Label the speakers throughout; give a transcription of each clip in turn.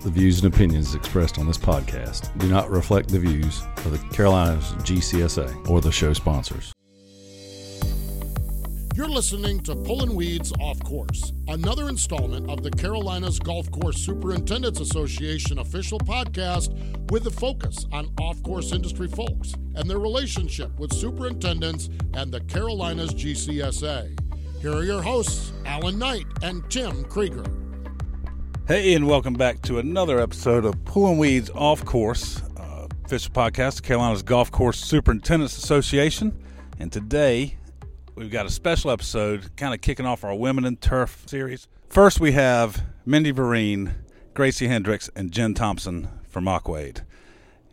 Speaker 1: The views and opinions expressed on this podcast do not reflect the views of the Carolinas GCSA or the show sponsors.
Speaker 2: You're listening to Pullin' Weeds Off Course, another installment of the Carolinas Golf Course Superintendents Association official podcast with a focus on off course industry folks and their relationship with superintendents and the Carolinas GCSA. Here are your hosts, Alan Knight and Tim Krieger.
Speaker 3: Hey, and welcome back to another episode of Pulling Weeds Off Course, uh, official podcast of Carolina's Golf Course Superintendents Association. And today we've got a special episode kind of kicking off our Women in Turf series. First, we have Mindy Vereen, Gracie Hendricks, and Jen Thompson from Aquade.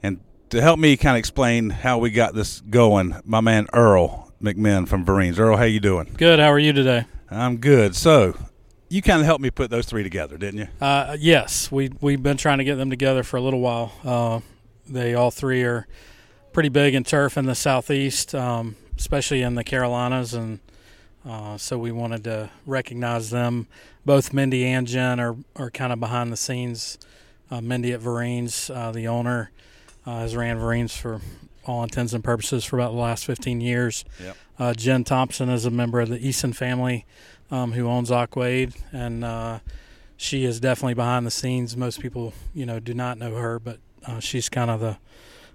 Speaker 3: And to help me kind of explain how we got this going, my man Earl McMinn from Vereen's. Earl, how you doing?
Speaker 4: Good. How are you today?
Speaker 3: I'm good. So you kind of helped me put those three together, didn't you?
Speaker 4: Uh, yes, we we've been trying to get them together for a little while. Uh, they all three are pretty big in turf in the southeast, um, especially in the Carolinas, and uh, so we wanted to recognize them. Both Mindy and Jen are are kind of behind the scenes. Uh, Mindy at Vereen's, uh, the owner, uh, has ran Vereen's for all intents and purposes for about the last 15 years.
Speaker 3: Yep.
Speaker 4: Uh, Jen Thompson is a member of the Eason family um, who owns Aquade, and uh, she is definitely behind the scenes. Most people, you know, do not know her, but uh, she's kind of the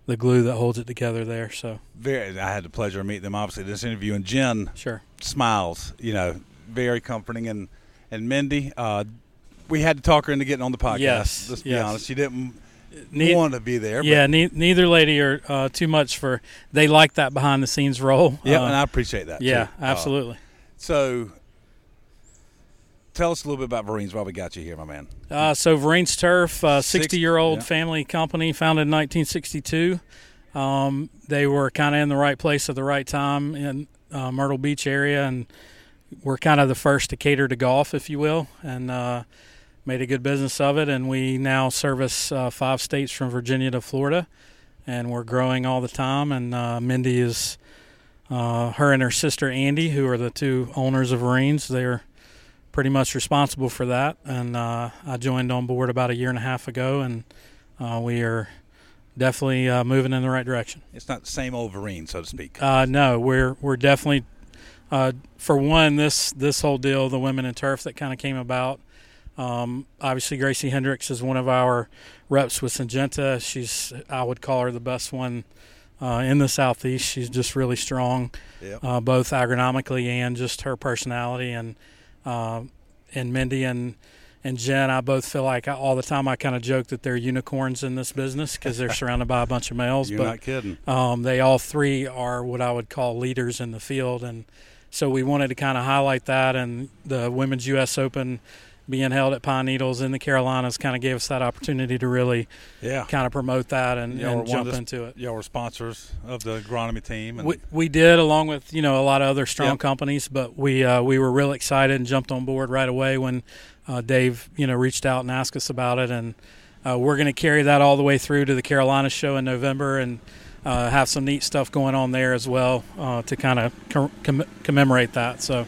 Speaker 4: the glue that holds it together there. So
Speaker 3: very i had the pleasure of meeting them obviously in this interview and jen
Speaker 4: sure,
Speaker 3: smiles you know very comforting and and mindy uh we had to talk her into getting on the podcast
Speaker 4: Yes,
Speaker 3: let's be
Speaker 4: yes.
Speaker 3: honest she didn't
Speaker 4: Ne-
Speaker 3: want to be there
Speaker 4: yeah. Ne- neither lady are uh, too much for. They like that behind the scenes role.
Speaker 3: but, yeah
Speaker 4: Uh,
Speaker 3: and i appreciate that
Speaker 4: yeah,
Speaker 3: too. Uh,
Speaker 4: absolutely.
Speaker 3: so tell us a little bit about Vereen's why we got you here my man
Speaker 4: Uh, so Vereen's Turf, uh,
Speaker 3: Six-
Speaker 4: 60 year old
Speaker 3: yeah.
Speaker 4: family company founded in 1962. Um, they were kind of in the right place at the right time in uh, Myrtle Beach area, and we're kind of the first to cater to golf, if you will, and uh, made a good business of it. And we now service uh, five states from Virginia to Florida, and we're growing all the time. And uh, Mindy is uh, her and her sister Andy, who are the two owners of Marines. They're pretty much responsible for that. And uh, I joined on board about a year and a half ago, and uh, we are definitely uh, moving in the right direction.
Speaker 3: it's not the same old Vereen, so to speak
Speaker 4: Uh, no, we're we're definitely uh, for one this this whole deal, the women in turf that kind of came about. Um, obviously, Gracie Hendricks is one of our reps with Syngenta. She's I would call her the best one uh, in the southeast. She's just really strong
Speaker 3: Yep.
Speaker 4: uh, both agronomically and just her personality and uh, and Mindy and and Jen. I both feel like I, all the time I kind of joke that they're unicorns in this business because they're surrounded by a bunch of males.
Speaker 3: you're
Speaker 4: but
Speaker 3: not kidding
Speaker 4: um, they all three are what I would call leaders in the field, and so we wanted to kind of highlight that. And the Women's U.S. Open being held at Pine Needles in the Carolinas kind of gave us that opportunity to really
Speaker 3: yeah
Speaker 4: kind of promote that and,
Speaker 3: Y'all were
Speaker 4: and
Speaker 3: one of
Speaker 4: jump
Speaker 3: the-
Speaker 4: into it.
Speaker 3: y'all were sponsors of the agronomy team and
Speaker 4: We, we did, along with you know a lot of other strong
Speaker 3: Yeah.
Speaker 4: companies, but we uh, we were real excited and jumped on board right away when uh, Dave you know reached out and asked us about it, and uh, we're going to carry that all the way through to the Carolina show in November and uh, have some neat stuff going on there as well uh, to kind of com- com- commemorate that. So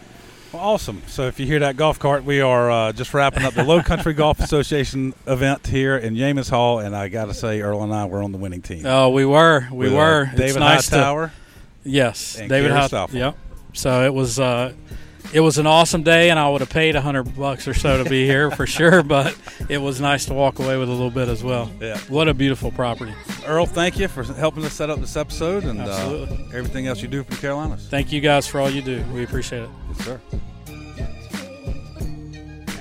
Speaker 3: Well, awesome. So if you hear that golf cart, we are uh, just wrapping up the Low Country Golf Association event here in Yamas Hall, and I got to say, Earl and I were on the winning team.
Speaker 4: uh, we were we
Speaker 3: With, uh,
Speaker 4: were It's
Speaker 3: David
Speaker 4: nice to-
Speaker 3: Hightower.
Speaker 4: Yes,
Speaker 3: and
Speaker 4: David
Speaker 3: Kier
Speaker 4: Hot-
Speaker 3: Stoffel.
Speaker 4: Yep. So it was uh, it was an awesome day, and I would have paid a hundred bucks or so to be here for sure. But it was nice to walk away with a little bit as well.
Speaker 3: Yeah.
Speaker 4: What a beautiful property.
Speaker 3: Earl, thank you for helping us set up this episode and uh,
Speaker 4: Absolutely.
Speaker 3: everything else you do for the Carolinas.
Speaker 4: Thank you guys for all you do. We appreciate it.
Speaker 3: Yes, sir.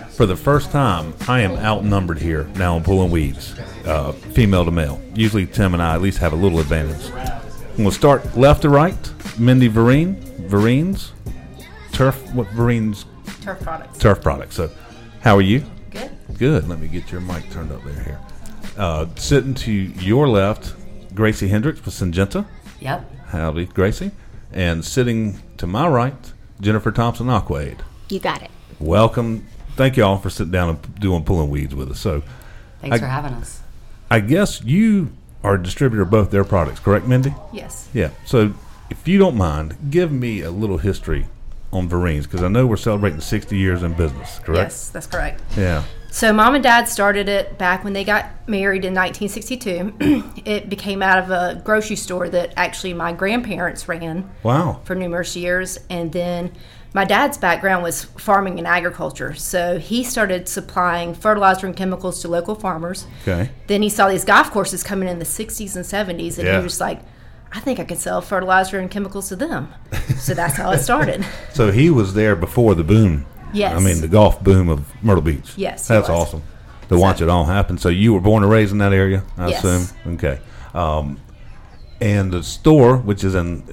Speaker 5: For the first time, I am outnumbered here now on pulling weeds, uh, female to male. Usually, Tim and I at least have a little advantage. I'm going to start left to right. Mindy Vereen, Vereen's, Turf, what Vereen's
Speaker 6: turf products.
Speaker 5: Turf Products. So, how are you?
Speaker 6: Good.
Speaker 5: Good. Let me get your mic turned up there here. Uh, sitting to your left, Gracie Hendricks with Syngenta.
Speaker 6: Yep.
Speaker 5: Howdy, Gracie. And sitting to my right, Jennifer Thompson Aquaid.
Speaker 7: You got it.
Speaker 5: Welcome. Thank you all for sitting down and doing pulling weeds with us. So,
Speaker 6: Thanks
Speaker 5: I-
Speaker 6: for having us.
Speaker 5: I guess you are a distributor of both their products, correct, Mindy?
Speaker 6: Yes.
Speaker 5: Yeah. So, if you don't mind, give me a little history on Vereen's because I know we're celebrating 60 years in business, correct?
Speaker 6: Yes, that's correct.
Speaker 5: Yeah.
Speaker 6: So, mom and dad started it back when they got married in 1962. it became out of a grocery store that actually my grandparents ran
Speaker 5: Wow.
Speaker 6: for numerous years. And then my dad's background was farming and agriculture. So, he started supplying fertilizer and chemicals to local farmers.
Speaker 5: Okay.
Speaker 6: Then he saw these golf courses coming in the 60s and 70s, and he
Speaker 5: Yeah.
Speaker 6: was just like, I think I could sell fertilizer and chemicals to them. So, that's how it started.
Speaker 5: So he was there before the boom.
Speaker 6: Yes.
Speaker 5: I mean, the golf boom of Myrtle Beach.
Speaker 6: Yes, he
Speaker 5: That's
Speaker 6: was.
Speaker 5: awesome to watch it all happen. So you were born and raised in that area, I
Speaker 6: Yes.
Speaker 5: assume? Okay. Um, and the store, which is in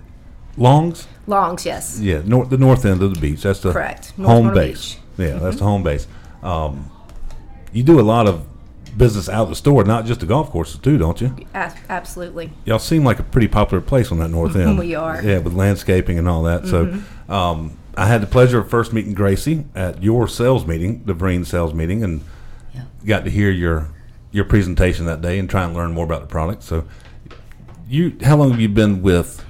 Speaker 5: Longs?
Speaker 6: Longs, yes.
Speaker 5: Yeah, north, the north end of the beach. That's the
Speaker 6: Correct. North
Speaker 5: home
Speaker 6: Myrtle Mm-hmm.
Speaker 5: base. Yeah, that's the home base. Um, you do a lot of business out of the store, not just the golf courses, too, don't you?
Speaker 6: A- absolutely.
Speaker 5: y'all seem like a pretty popular place on that north end.
Speaker 6: We are.
Speaker 5: Yeah, with landscaping and all that.
Speaker 7: Mm-hmm.
Speaker 5: So, um, I had the pleasure of first meeting Gracie at your sales meeting, the Breen sales meeting, and got to hear your your presentation that day and try and learn more about the product. So, you how long have you been with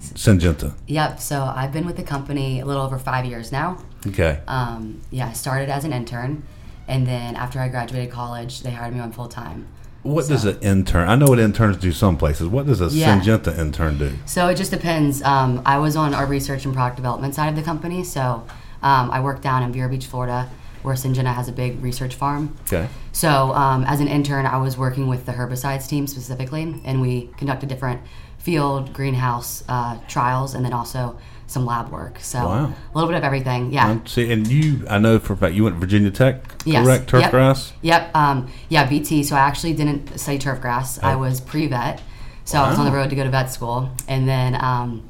Speaker 5: Syngenta?
Speaker 7: Yep. So I've been with the company a little over five years now.
Speaker 5: Okay,
Speaker 7: Um, yeah, I started as an intern, and then after I graduated college, they hired me on full time.
Speaker 5: what does an intern? I know what interns do some places. What does a
Speaker 7: Yeah.
Speaker 5: Syngenta intern do?
Speaker 7: So it just depends. Um, I was on our research and product development side of the company, so um, I work down in Vero Beach, Florida, where Syngenta has a big research farm.
Speaker 5: Okay,
Speaker 7: So, um, as an intern, I was working with the herbicides team specifically, and we conducted different field greenhouse uh, trials and then also some lab work. So,
Speaker 5: Wow.
Speaker 7: a little bit of everything. Yeah.
Speaker 5: Um, see, and you, I know for a fact you went to Virginia Tech,
Speaker 7: Yes.
Speaker 5: correct? Turf
Speaker 7: Yep.
Speaker 5: grass.
Speaker 7: Yep. Um, yeah, VT. So I actually didn't study turf grass. I was pre vet. So I was on the road to go to vet school and then um,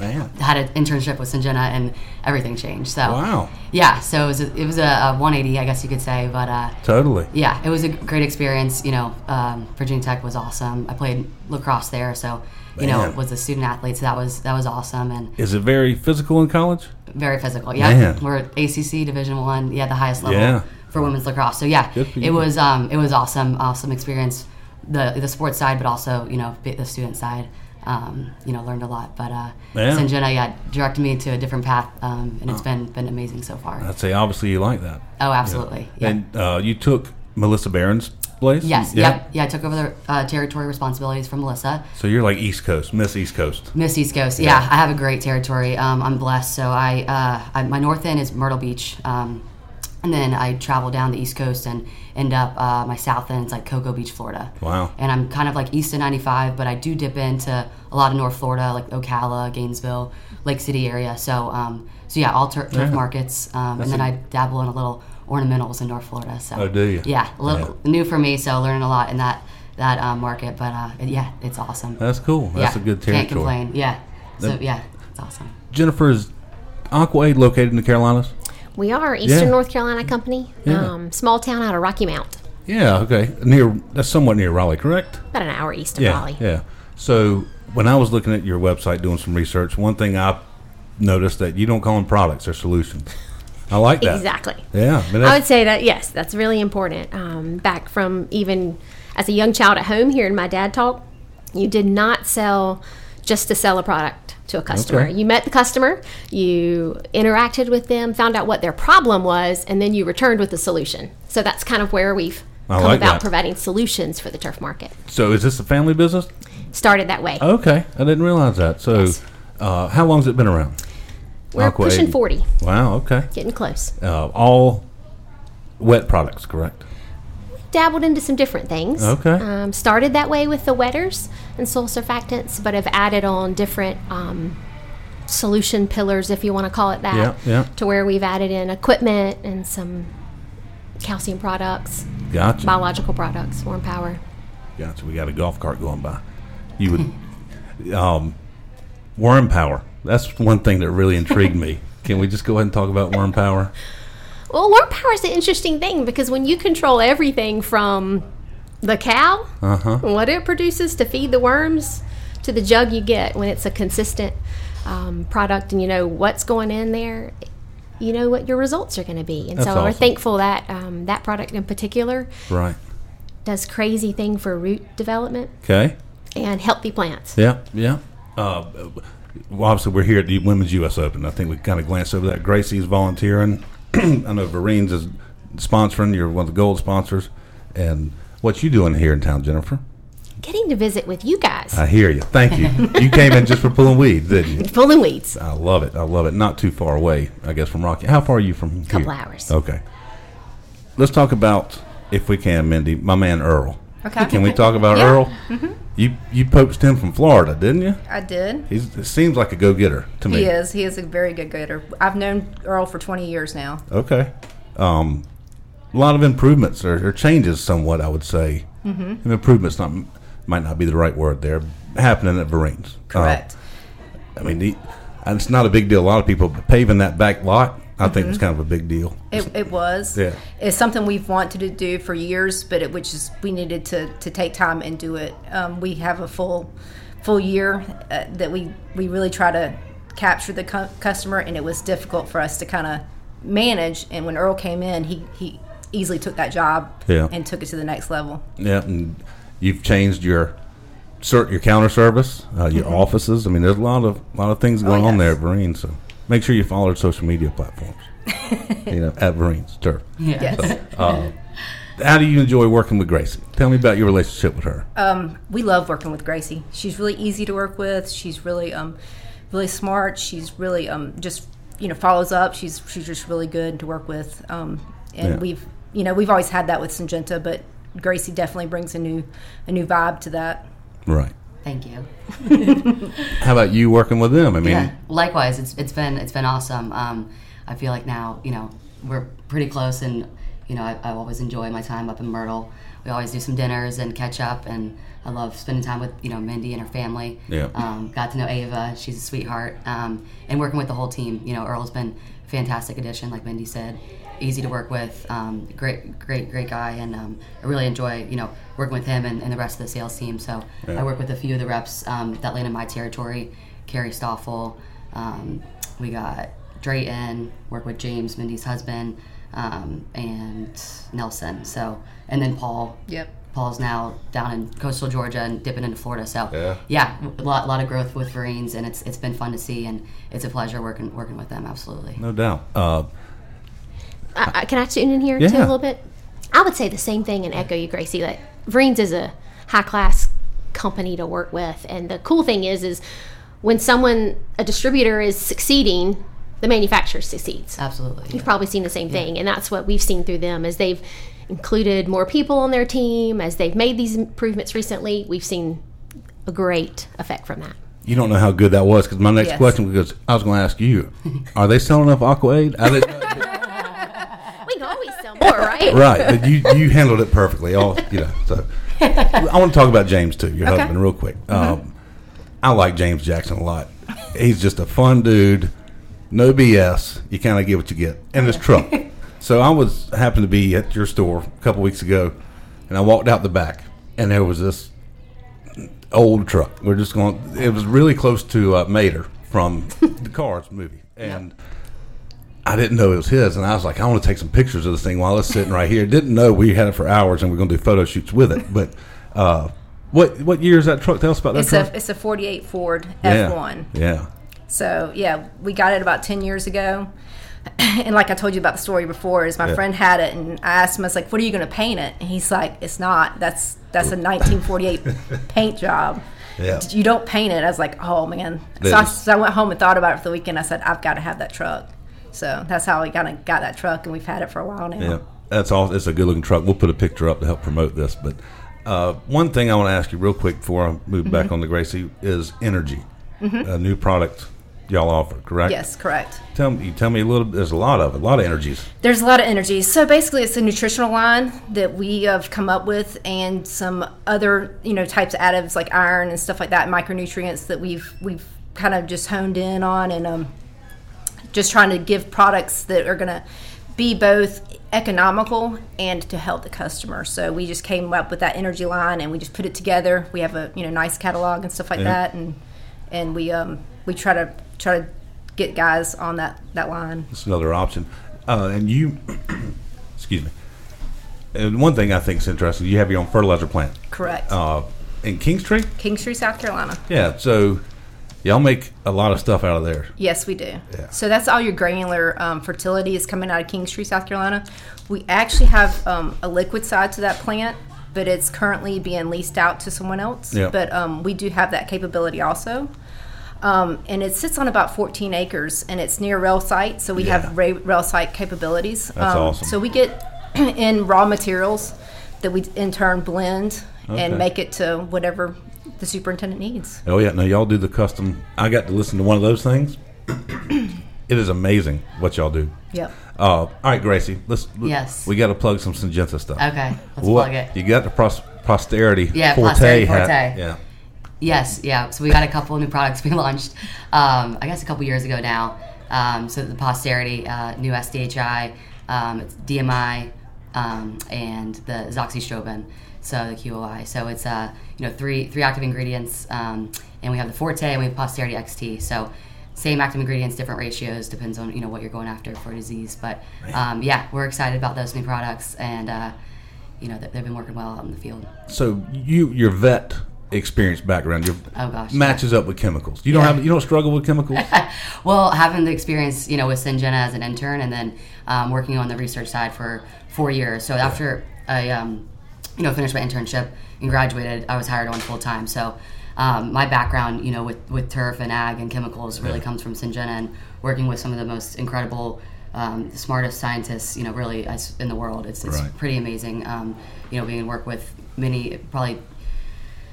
Speaker 5: Man.
Speaker 7: had an internship with Syngenta and everything changed. So
Speaker 5: Wow.
Speaker 7: Yeah. So it was a, it was a, a 180, I guess you could say. But uh,
Speaker 5: Totally.
Speaker 7: yeah, it was a great experience. You know, um, Virginia Tech was awesome. I played lacrosse there. So, you know,
Speaker 5: Man.
Speaker 7: was a student athlete. So that was that was awesome and
Speaker 5: Is it very physical in college?
Speaker 7: very physical. Yeah,
Speaker 5: Man.
Speaker 7: we're at ACC Division One. Yeah, the highest level
Speaker 5: Yeah.
Speaker 7: for women's lacrosse. So yeah,
Speaker 5: Good for
Speaker 7: it
Speaker 5: you.
Speaker 7: was um, it was awesome, awesome experience. The the sports side, but also you know the student side. Um, you know, learned a lot. But uh,
Speaker 5: Yeah.
Speaker 7: Syngenta, yeah, directed me to a different path, um, and it's
Speaker 5: Oh.
Speaker 7: been been amazing so far.
Speaker 5: I'd say obviously you like that.
Speaker 7: oh, absolutely. Yeah.
Speaker 5: And uh, you took Melissa Barron's place?
Speaker 7: Yes.
Speaker 5: Yeah.
Speaker 7: Yep. Yeah. I took over the uh, territory responsibilities from Melissa.
Speaker 5: So you're like East Coast, Miss East Coast.
Speaker 7: Miss East Coast. Yeah, I have a great territory. Um, I'm blessed. So I, uh, I my north end is Myrtle Beach, um, and then I travel down the East Coast and end up uh, my south end is like Cocoa Beach, Florida.
Speaker 5: Wow.
Speaker 7: And I'm kind of like east of 95, but I do dip into a lot of North Florida, like Ocala, Gainesville, Lake City area. So um, so yeah, all tur- turf markets, um, and then I dabble in a little ornamentals in North Florida. So
Speaker 5: Oh, do you?
Speaker 7: Yeah, a little new for me. So learning a lot in that that um, market, but uh, yeah, it's awesome.
Speaker 5: That's cool. That's a good territory.
Speaker 7: Can't complain. Yeah. So
Speaker 5: That-
Speaker 7: yeah, it's awesome.
Speaker 5: Jennifer, is Aqua Aid located in the Carolinas?
Speaker 8: We are Eastern
Speaker 5: Yeah.
Speaker 8: North Carolina company,
Speaker 5: Yeah.
Speaker 8: um, small town out of Rocky Mount,
Speaker 5: Yeah, okay. Near That's somewhat near Raleigh, correct?
Speaker 8: about an hour east of
Speaker 5: yeah,
Speaker 8: Raleigh.
Speaker 5: Yeah. So when I was looking at your website doing some research, one thing I noticed that you don't call them products or solutions. I like that.
Speaker 8: Exactly.
Speaker 5: Yeah. but
Speaker 8: I
Speaker 5: that's-
Speaker 8: would say that yes, that's really important. Um, back from even as a young child at home, hearing my dad talk, you did not sell just to sell a product to a customer.
Speaker 5: Okay.
Speaker 8: You met the customer, you interacted with them, found out what their problem was, and then you returned with a solution. So that's kind of where we've
Speaker 5: I
Speaker 8: come
Speaker 5: like
Speaker 8: about
Speaker 5: that.
Speaker 8: providing solutions for the turf market.
Speaker 5: so is this a family business?
Speaker 8: Started that way.
Speaker 5: Okay, I didn't realize that. So,
Speaker 8: Yes.
Speaker 5: uh, how long's it been around?
Speaker 8: We're
Speaker 5: Aqua
Speaker 8: pushing
Speaker 5: Aid.
Speaker 8: 40,
Speaker 5: Wow. Okay.
Speaker 8: getting close.
Speaker 5: Uh, all wet products, correct?
Speaker 8: dabbled into some different things.
Speaker 5: Okay.
Speaker 8: Um, started that way with the wetters and soil surfactants, but have added on different um, solution pillars, if you want to call it that,
Speaker 5: Yeah, yeah.
Speaker 8: to where we've added in equipment and some calcium products,
Speaker 5: Gotcha.
Speaker 8: biological products, warm power.
Speaker 5: Gotcha. We got a golf cart going by. You would. um, worm power. That's one thing that really intrigued me. Can we just go ahead and talk about worm power?
Speaker 8: Well, warm power is an interesting thing because when you control everything from the cow,
Speaker 5: Uh-huh.
Speaker 8: and what it produces to feed the worms, to the jug you get when it's a consistent um, product and you know what's going in there, you know what your results are going to be. And so
Speaker 5: That's
Speaker 8: we're
Speaker 5: awesome.
Speaker 8: thankful that um, that product in particular
Speaker 5: Right.
Speaker 8: does crazy thing for root development
Speaker 5: Okay.
Speaker 8: and healthy plants.
Speaker 5: Yeah. Yeah. Uh, well, obviously, we're here at the Women's U.S. Open. I think we kind of glanced over that. Gracie's volunteering. I know Vereen's is sponsoring. You're one of the gold sponsors. And what you doing here in town, Jennifer?
Speaker 8: Getting to visit with you guys,
Speaker 5: I hear you. Thank you. you came in just for pulling weeds, didn't you?
Speaker 8: pulling weeds.
Speaker 5: I love it. I love it. Not too far away, I guess, from Rocky. How far are you from here?
Speaker 8: Couple hours.
Speaker 5: Okay. Let's talk about, if we can, Mindy, my man Earl.
Speaker 6: Okay.
Speaker 5: Can we talk about
Speaker 6: Yeah.
Speaker 5: Earl? You you poached him from Florida, didn't you?
Speaker 6: I did.
Speaker 5: He seems like a go getter to me.
Speaker 6: He is. He is a very good getter. I've known Earl for 20 years now.
Speaker 5: Okay. Um, a lot of improvements or, or changes, somewhat, I would say. Mm-hmm. Improvements not might not be the right word there. Happening at Vereen's. Uh,
Speaker 6: Correct.
Speaker 5: I mean, the, and it's not a big deal. A lot of people but paving that back lot. I think it's kind of a big deal.
Speaker 6: Mm-hmm. It, it was.
Speaker 5: Yeah.
Speaker 6: It's something we've wanted to do for years, but it which is we needed to, to take time and do it. Um, we have a full full year uh, that we we really try to capture the cu- customer, and it was difficult for us to kind of manage. And when Earl came in, he he easily took that job
Speaker 5: Yeah.
Speaker 6: and took it to the next level.
Speaker 5: Yeah, and you've changed your ser- your counter service, uh, your offices. I mean, there's a lot of lot of things going on
Speaker 6: Mm-hmm. Oh, yes.
Speaker 5: there at Vereen's. So make sure you follow our social media platforms. you know, at Vereen's Turf.
Speaker 7: Yeah.
Speaker 6: Yes.
Speaker 5: How do you enjoy working with Gracie? Tell me about your relationship with her.
Speaker 6: we love working with Gracie. She's really easy to work with. She's really um really smart. She's really um just you know follows up. She's she's just really good to work with. Um and
Speaker 5: Yeah.
Speaker 6: we've you know we've always had that with Syngenta, but Gracie definitely brings a new a new vibe to that.
Speaker 5: right.
Speaker 7: Thank you.
Speaker 5: How about you working with them? I mean,
Speaker 7: Yeah. Likewise, it's it's been it's been awesome. Um, I feel like now you know we're pretty close, and you know I, I always enjoy my time up in Myrtle. We always do some dinners and catch up, and I love spending time with you know Mindy and her family.
Speaker 5: Yeah.
Speaker 7: Um, got to know Ava; she's a sweetheart. Um, and working with the whole team, you know, Earl's been a fantastic addition, like Mindy said. Easy to work with, um, great, great, great guy, and um, I really enjoy you know working with him and, and the rest of the sales team. So I work with a few of the reps um, that land in my territory. Carrie Stoffel. Um, we got Drayton, work with James, Mindy's husband, um, and Nelson. So, and then Paul.
Speaker 6: Yep.
Speaker 7: Paul's now down in coastal Georgia and dipping into Florida. So,
Speaker 5: Yeah.
Speaker 7: a lot, lot of growth with Marines, and it's it's been fun to see, and it's a pleasure working working with them. Absolutely.
Speaker 5: no doubt. Uh,
Speaker 8: I, I, Uh, can I tune in here too
Speaker 5: Yeah.
Speaker 8: a little bit? I would say the same thing and echo you, Gracie. Like Vereen's is a high class company to work with, and the cool thing is, is when someone a distributor is succeeding, the manufacturer succeeds.
Speaker 7: Oh. Absolutely.
Speaker 8: You've probably seen the same thing, and that's what we've seen through them as they've included more people on their team, as they've made these improvements recently. We've seen a great effect from that.
Speaker 5: you don't know how good that was because my next
Speaker 6: Yes.
Speaker 5: question was I was going to ask you, are they selling enough Aquaid? I didn't
Speaker 8: We can always sell more, right?
Speaker 5: right. But you you handled it perfectly. All you know. So I want to talk about James too, your husband, real quick. Um, I like James Jackson a lot. He's just a fun dude. No BS. You kind of get what you get. And this truck. so I was happened to be at your store a couple weeks ago, and I walked out the back, and there was this old truck. We're just going. It was really close to uh, Mater from the Cars movie, and. I didn't know it was his, and I was like, I want to take some pictures of this thing while it's sitting right here. Didn't know we had it for hours, and we're going to do photo shoots with it. But uh, what what year is that truck? Tell us about that
Speaker 6: It's
Speaker 5: truck.
Speaker 6: a it's a 48 Ford
Speaker 5: yeah.
Speaker 6: F1.
Speaker 5: Yeah.
Speaker 6: So yeah, we got it about 10 years ago. And like I told you about the story before, is my
Speaker 5: Yeah.
Speaker 6: friend had it, and I asked him, I was like, "What are you going to paint it?" And he's like, "It's not. That's that's a 1948 paint job.
Speaker 5: Yeah.
Speaker 6: You don't paint it." I was like, "Oh man!" So I,
Speaker 5: That is-
Speaker 6: so I went home and thought about it for the weekend. I said, "I've got to have that truck." So that's how we kind of got that truck, and we've had it for a while now.
Speaker 5: Yeah, that's all. It's a good looking truck. We'll put a picture up to help promote this. But uh, one thing I want to ask you real quick before I move
Speaker 6: Mm-hmm.
Speaker 5: back on the Gracie is energy, a new product y'all offer, correct?
Speaker 6: Yes, correct.
Speaker 5: Tell me, you tell me a little. There's a lot of a lot of energies.
Speaker 6: There's a lot of energy. So basically, it's a nutritional line that we have come up with, and some other you know types of additives like iron and stuff like that, micronutrients that we've we've kind of just honed in on, and um, just trying to give products that are going to be both economical and to help the customer. So we just came up with that energy line, and we just put it together. We have a you know nice catalog and stuff like that, and and we um we try to try to get guys on that that line.
Speaker 5: It's another option. Uh, and you, excuse me. And one thing I think is interesting, you have your own fertilizer plant
Speaker 6: Correct.
Speaker 5: uh, in King Street.
Speaker 6: King Street, South Carolina.
Speaker 5: Yeah. So Y'all make a lot of stuff out of there.
Speaker 6: Yes, we do. So that's all your granular um, fertility is coming out of King Street, South Carolina. We actually have um, a liquid side to that plant, but it's currently being leased out to someone else.
Speaker 5: Yeah.
Speaker 6: But um, we do have that capability also. Um, and it sits on about 14 acres and it's near rail site, so we
Speaker 5: Yeah.
Speaker 6: have ra- rail site capabilities. Um,
Speaker 5: That's awesome.
Speaker 6: So we get in raw materials that we in turn blend
Speaker 5: Okay.
Speaker 6: and make it to whatever the superintendent needs.
Speaker 5: Oh yeah, now y'all do the custom. I got to listen to one of those things. it is amazing what y'all do.
Speaker 6: Yep.
Speaker 5: Uh, all right, Gracie. Let's.
Speaker 7: Yes.
Speaker 5: We got to plug some Syngenta stuff.
Speaker 7: Okay, let's
Speaker 5: What-
Speaker 7: plug it.
Speaker 5: You got the pros- posterity.
Speaker 7: Yeah, posterity
Speaker 5: hat.
Speaker 7: forte.
Speaker 5: Yeah.
Speaker 7: Yes, yeah. So we got a couple new products we launched, um, I guess a couple years ago now. Um, so the posterity, uh, new SDHI, um, it's DMI, um, and the zoxystrobin, so the QOI. So it's uh, you know three three active ingredients, um, and we have the Forte and we have posterity XT. So same active ingredients, different ratios, depends on you know what you're going after for disease. But um, yeah, we're excited about those new products, and uh, you know they've been working well out in the field.
Speaker 5: So you your vet experience background your
Speaker 7: Oh, gosh,
Speaker 5: matches up with chemicals. You don't have you don't struggle with chemicals.
Speaker 7: Well, having the experience, you know, with Syngenta as an intern, and then um, working on the research side for four years. So after I, um, you know, finished my internship and graduated, I was hired on full time. So um, my background, you know, with with turf and ag and chemicals really comes from Syngenta and working with some of the most incredible. Um, smartest scientists, you know, really as- in the world. It's, it's
Speaker 5: Right.
Speaker 7: pretty amazing. Um, you know, being able to work with many, probably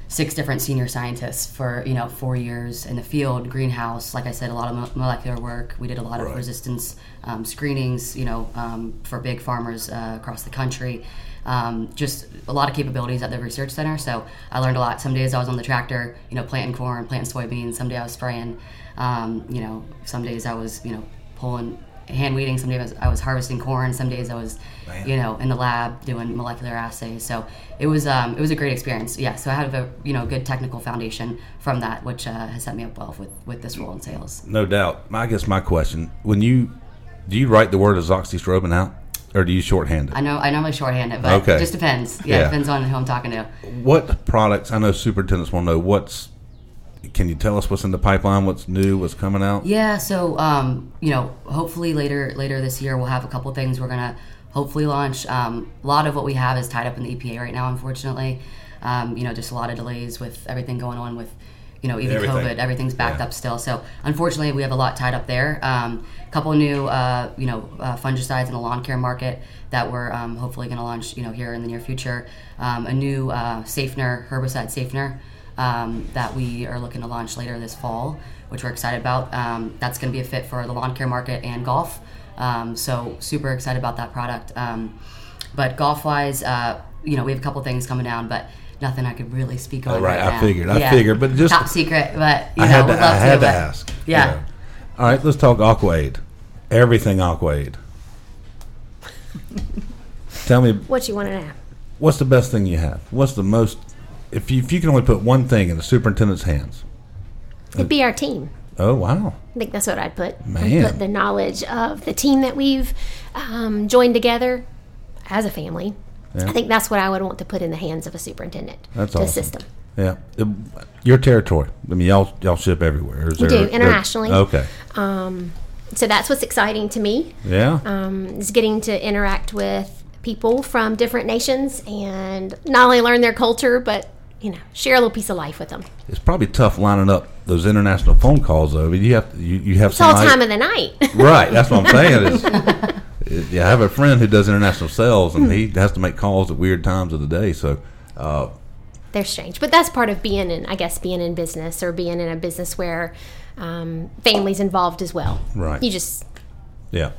Speaker 7: six different senior scientists for you know four years in the field greenhouse like i said a lot of mo- molecular work we did a lot of resistance um, screenings you know um, for big farmers uh, across the country um, just a lot of capabilities at the research center so i learned a lot some days i was on the tractor you know planting corn planting soybeans some day i was spraying um, you know some days i was you know pulling hand weeding. Some days I was, I was harvesting corn. Some days I was, you know, in the lab doing molecular assays. So it was um, it was a great experience. Yeah. So I have a you know good technical foundation from that, which uh, has set me up well with with this role in sales.
Speaker 5: No doubt. My- I guess my question: When you do you write the word azoxystrobin out, or do you shorthand it?
Speaker 7: I know I normally shorthand it, but
Speaker 5: Okay.
Speaker 7: it just depends. Yeah,
Speaker 5: Yeah.
Speaker 7: It depends on who I'm talking to.
Speaker 5: what products? I know superintendents want to know what's. Can you tell us what's in the pipeline? What's new? What's coming out?
Speaker 7: Yeah, so um, you know, hopefully later later this year we'll have a couple things we're gonna hopefully launch. Um, a lot of what we have is tied up in the EPA right now, unfortunately. Um, you know, just a lot of delays with everything going on with you know even
Speaker 5: Everything.
Speaker 7: COVID, everything's backed
Speaker 5: Yeah.
Speaker 7: up still. So unfortunately, we have a lot tied up there. A um, couple new uh, you know uh, fungicides in the lawn care market that we're um, hopefully going to launch you know here in the near future. Um, a new uh, Safener herbicide Safener um, that we are looking to launch later this fall, which we're excited about. Um, that's going to be a fit for the lawn care market and golf. Um, so super excited about that product. Um, but golf wise, uh, you know, we have a couple things coming down, but nothing I could really speak on.
Speaker 5: Oh, right,
Speaker 7: right
Speaker 5: I
Speaker 7: now.
Speaker 5: figured, I
Speaker 7: Yeah.
Speaker 5: figured, but just-
Speaker 7: top secret. But you
Speaker 5: I
Speaker 7: know,
Speaker 5: had
Speaker 7: would
Speaker 5: to.
Speaker 7: love
Speaker 5: I had to,
Speaker 7: but-
Speaker 5: ask. you
Speaker 7: Yeah.
Speaker 5: know. All right, let's talk Aquaid. Everything Aquaid. Tell me,
Speaker 8: What you want to know?
Speaker 5: what's the best thing you have? What's the most? If you, if you can only put one thing in the superintendent's hands.
Speaker 8: It'd be our team.
Speaker 5: Oh wow!
Speaker 8: I think that's what I'd put. I'd
Speaker 5: Man.
Speaker 8: put the knowledge of the team that we've um, joined together as a family. I think that's what I would want to put in the hands of a superintendent
Speaker 5: That's
Speaker 8: to
Speaker 5: awesome.
Speaker 8: assist them.
Speaker 5: Yeah, It- your territory. I mean, y'all y'all ship everywhere. Is
Speaker 8: We
Speaker 5: there-
Speaker 8: do, internationally.
Speaker 5: Okay.
Speaker 8: Um, So that's what's exciting to me
Speaker 5: Yeah.
Speaker 8: um, is getting to interact with people from different nations and not only learn their culture, but you know, share a little piece of life with them.
Speaker 5: it's probably tough lining up those international phone calls though. I mean, you have to, you, you have
Speaker 8: It's all
Speaker 5: somebody-
Speaker 8: time of the night.
Speaker 5: Right, that's what I'm saying. Is, it- yeah, I have a friend who does international sales, and he
Speaker 8: Hmm.
Speaker 5: has to make calls at weird times of the day. So, uh,
Speaker 8: They're strange, but that's part of being in, I guess, being in business or being in a business where um, families involved as well.
Speaker 5: Right.
Speaker 8: You just
Speaker 5: yeah.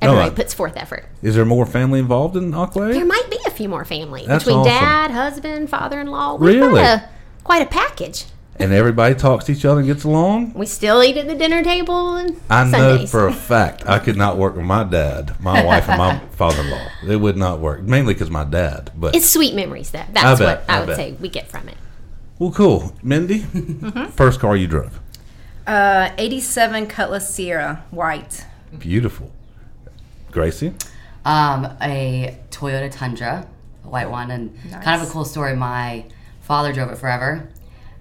Speaker 5: No,
Speaker 8: everybody
Speaker 5: Oh, I-
Speaker 8: puts forth effort.
Speaker 5: is there more family involved in
Speaker 8: There
Speaker 5: Aquaid?
Speaker 8: might be a few more families
Speaker 5: That's
Speaker 8: between
Speaker 5: awesome.
Speaker 8: dad, husband, father-in-law. We've
Speaker 5: Really?
Speaker 8: got a, quite a package.
Speaker 5: And everybody talks to each other and gets along?
Speaker 8: We still eat at the dinner table and
Speaker 5: I know
Speaker 8: Sundays.
Speaker 5: for a fact I could not work with my dad, my wife, and my father in law. They would not work, mainly because my dad. But
Speaker 8: it's sweet memories. That that's
Speaker 5: bet,
Speaker 8: what I,
Speaker 5: I
Speaker 8: would
Speaker 5: bet.
Speaker 8: say we get from it.
Speaker 5: Well, cool. Mindy,
Speaker 8: Mm-hmm.
Speaker 5: first car you drove.
Speaker 6: Uh, 87 Cutlass Sierra White.
Speaker 5: Beautiful. Gracie?
Speaker 7: um, a Toyota Tundra, a white one, and kind of a cool story. My father drove it forever.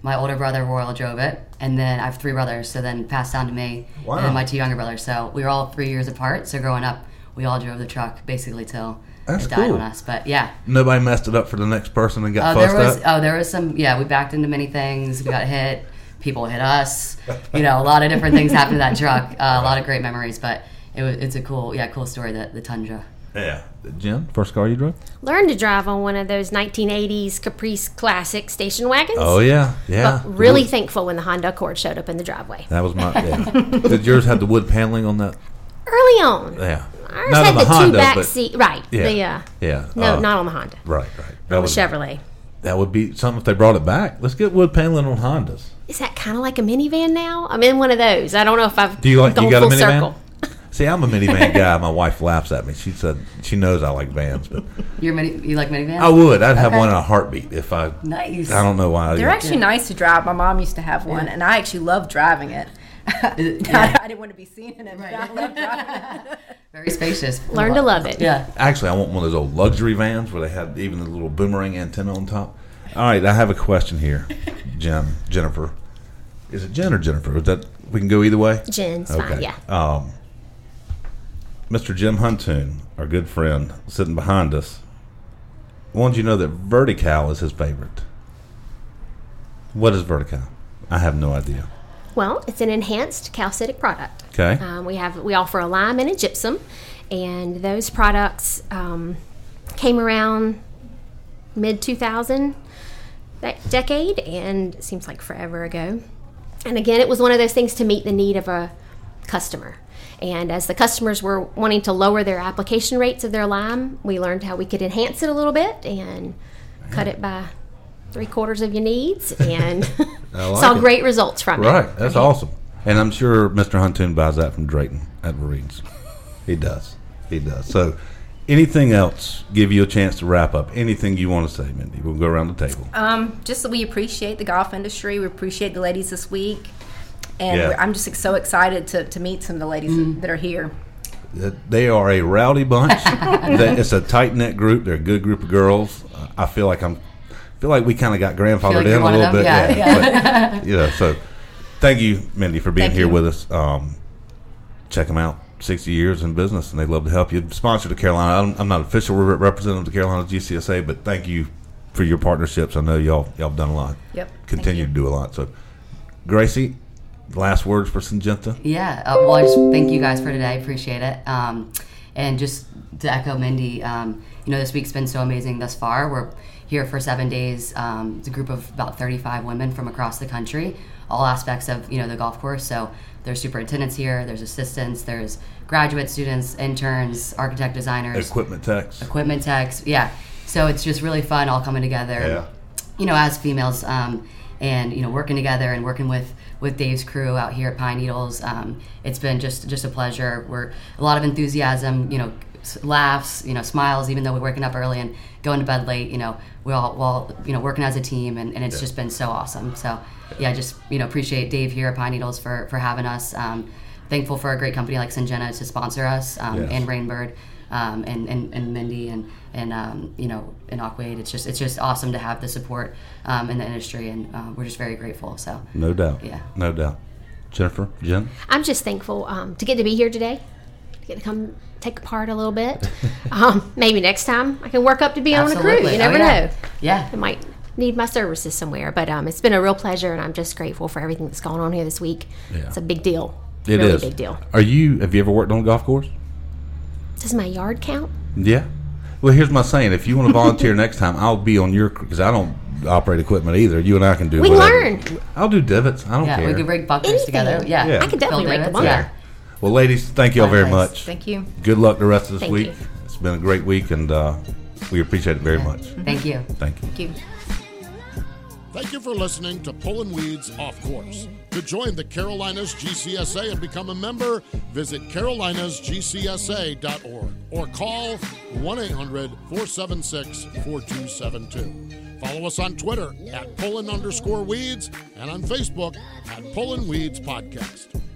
Speaker 7: My older brother Royal drove it, and then I have three brothers, so then passed down to me,
Speaker 5: Wow.
Speaker 7: and then my two younger brothers. So we were all three years apart. So growing up, we all drove the truck basically till
Speaker 5: That's
Speaker 7: it died
Speaker 5: cool.
Speaker 7: on us. But yeah,
Speaker 5: Nobody messed it up for the next person and
Speaker 7: Oh,
Speaker 8: Uh,
Speaker 5: got
Speaker 7: there
Speaker 5: fussed
Speaker 7: was
Speaker 5: up.
Speaker 7: oh, there was some yeah. We backed into many things. We got hit. People hit us. You know, a lot of different things happened to that truck. Uh, a lot of great memories, but it was it's a cool yeah cool story that the Tundra.
Speaker 5: Yeah. Jim, first car you drove?
Speaker 8: Learn to drive on one of those 1980s Caprice Classic station wagons.
Speaker 5: Oh yeah, yeah.
Speaker 8: But
Speaker 5: The
Speaker 8: really
Speaker 5: wood-
Speaker 8: thankful when the Honda Accord showed up in the driveway.
Speaker 5: that was my. Yeah. Did yours have the wood paneling on that?
Speaker 8: Early on,
Speaker 5: Yeah.
Speaker 8: ours had the, two back
Speaker 5: but-
Speaker 8: seat. Right.
Speaker 5: Yeah.
Speaker 8: The, uh,
Speaker 5: Yeah.
Speaker 8: No,
Speaker 5: uh,
Speaker 8: not on the Honda.
Speaker 5: Right, right.
Speaker 8: On the
Speaker 5: would,
Speaker 8: Chevrolet.
Speaker 5: that would be something if they brought it back. Let's get wood paneling on Hondas.
Speaker 8: Is that kind of like a minivan now? I'm in one of those. I don't know if I've
Speaker 5: Do you like?
Speaker 8: gone
Speaker 5: you got a
Speaker 8: full
Speaker 5: minivan?
Speaker 8: circle.
Speaker 5: See, I'm a minivan guy. My wife laughs at me. She said she knows I like vans, but
Speaker 7: You're mini, you like minivan?
Speaker 5: I would. I'd have
Speaker 7: Okay.
Speaker 5: one in a heartbeat if I.
Speaker 7: Nice.
Speaker 5: I don't know why.
Speaker 6: They're actually nice to drive. My mom used to have one, and I actually loved driving it. I, didn't want to be seen in it, but I loved driving it.
Speaker 7: Very spacious.
Speaker 8: Learn to love it.
Speaker 7: Yeah.
Speaker 5: Actually, I want one of those old luxury vans where they have even the little boomerang antenna on top. All right, I have a question here, Jen, Jennifer. Is it Jen or Jennifer? Is that we can go either way?
Speaker 8: Jen's fine. Yeah.
Speaker 5: Um, Mr. Jim Huntoon, our good friend, sitting behind us, wanted you to know that Vertical is his favorite. What is Vertical? I have no idea.
Speaker 8: Well, it's an enhanced calcitic product.
Speaker 5: Okay.
Speaker 8: Um, we have we offer a lime and a gypsum, and those products um, came around mid 2000 that decade, and it seems like forever ago. And again, it was one of those things to meet the need of a customer. And as the customers were wanting to lower their application rates of their lime, we learned how we could enhance it a little bit and cut it by three quarters of your needs, and
Speaker 5: like
Speaker 8: saw
Speaker 5: it.
Speaker 8: great results from it.
Speaker 5: Right. That's awesome. And I'm sure Mr. Huntoon buys that from Drayton at Marines. He does. He does. So, anything else give you a chance to wrap up? Anything you want to say, Mindy? We'll go around the table.
Speaker 6: Um, just that we appreciate the golf industry. We appreciate the ladies this week, and
Speaker 5: Yeah.
Speaker 6: we're, I'm just so excited to, to meet some of the ladies that are here.
Speaker 5: that they are a rowdy bunch. that it's a tight knit group. They're a good group of girls. Uh, I feel like I'm feel like we kind of got grandfathered
Speaker 7: Feel like
Speaker 5: in
Speaker 7: you're
Speaker 5: a
Speaker 7: one of
Speaker 5: little
Speaker 7: them?
Speaker 5: bit.
Speaker 7: Yeah,
Speaker 5: But, you know, so thank you, Mindy, for being
Speaker 6: Thank
Speaker 5: here
Speaker 6: you.
Speaker 5: with us. Um, check them out. 60 years in business, and they'd love to help you. Sponsor to Carolina. I'm, I'm not official re- representative of the Carolina GCSA, but thank you for your partnerships. I know y'all y'all have done a lot.
Speaker 6: Yep.
Speaker 5: Continue to do a lot. So, Gracie, last words for Syngenta.
Speaker 7: Yeah. Uh, well, I just thank you guys for today. Appreciate it. Um, and just to echo Mindy, um, you know, this week's been so amazing thus far. We're here for seven days. Um, it's a group of about 35 women from across the country, all aspects of, you know, the golf course. So there's superintendents here, there's assistants, there's graduate students, interns, architect designers,
Speaker 5: Equipment techs.
Speaker 7: equipment techs. Yeah. So it's just really fun all coming together
Speaker 5: Yeah.
Speaker 7: you know, as females, um, and you know, working together and working with with Dave's crew out here at Pine Needles, um, it's been just just a pleasure. We're a lot of enthusiasm, you know, s- laughs, you know, smiles. Even though we're waking up early and going to bed late, you know, we all, we all you know working as a team, and, and it's just been so awesome. So yeah, just you know, appreciate Dave here at Pine Needles for for having us. Um, thankful for a great company like Syngenta to sponsor us um,
Speaker 5: Yes.
Speaker 7: and Rainbird um, and, and, and Mindy and, and um, you know and Aquade. It's just it's just awesome to have the support um, in the industry, and uh, we're just very grateful. So
Speaker 5: No doubt.
Speaker 7: Yeah.
Speaker 5: No doubt. Jennifer, Jen,
Speaker 8: I'm just thankful um, to get to be here today. To get to come take part a little bit. um, maybe next time I can work up to be on a crew. You
Speaker 7: Oh,
Speaker 8: never
Speaker 7: yeah.
Speaker 8: know.
Speaker 7: Yeah.
Speaker 8: I might need my services somewhere. But um, it's been a real pleasure, and I'm just grateful for everything that's gone on here this week.
Speaker 5: Yeah.
Speaker 8: It's a big deal.
Speaker 5: It is
Speaker 8: really big deal.
Speaker 5: Are you? Have you ever worked on a golf course?
Speaker 8: Does my yard count?
Speaker 5: Yeah. Well, here's my saying: If you want to volunteer next time, I'll be on your because I don't operate equipment either. You and I can do.
Speaker 8: We can
Speaker 5: whatever.
Speaker 8: learn.
Speaker 5: I'll do divots. I don't
Speaker 7: Yeah,
Speaker 5: care.
Speaker 7: we could break bunkers
Speaker 8: Anything.
Speaker 7: together. Yeah,
Speaker 5: Yeah. I could
Speaker 7: Build
Speaker 8: definitely break a
Speaker 7: divots,
Speaker 8: bunker.
Speaker 7: Yeah.
Speaker 5: Well, ladies, thank you all very
Speaker 7: Likewise.
Speaker 5: much.
Speaker 6: Thank you.
Speaker 5: Good luck the rest of this
Speaker 8: Thank
Speaker 5: week.
Speaker 8: you.
Speaker 5: It's been a great week, and uh, we appreciate it very much.
Speaker 7: Thank you.
Speaker 5: Thank you.
Speaker 6: Thank you.
Speaker 2: Thank you for listening to Pulling Weeds Off Course. To join the Carolinas GCSA and become a member, visit carolinasgcsa.org or call 1 800 476 4272. Follow us on Twitter at Pullin underscore Weeds and on Facebook at Pullin Weeds Podcast.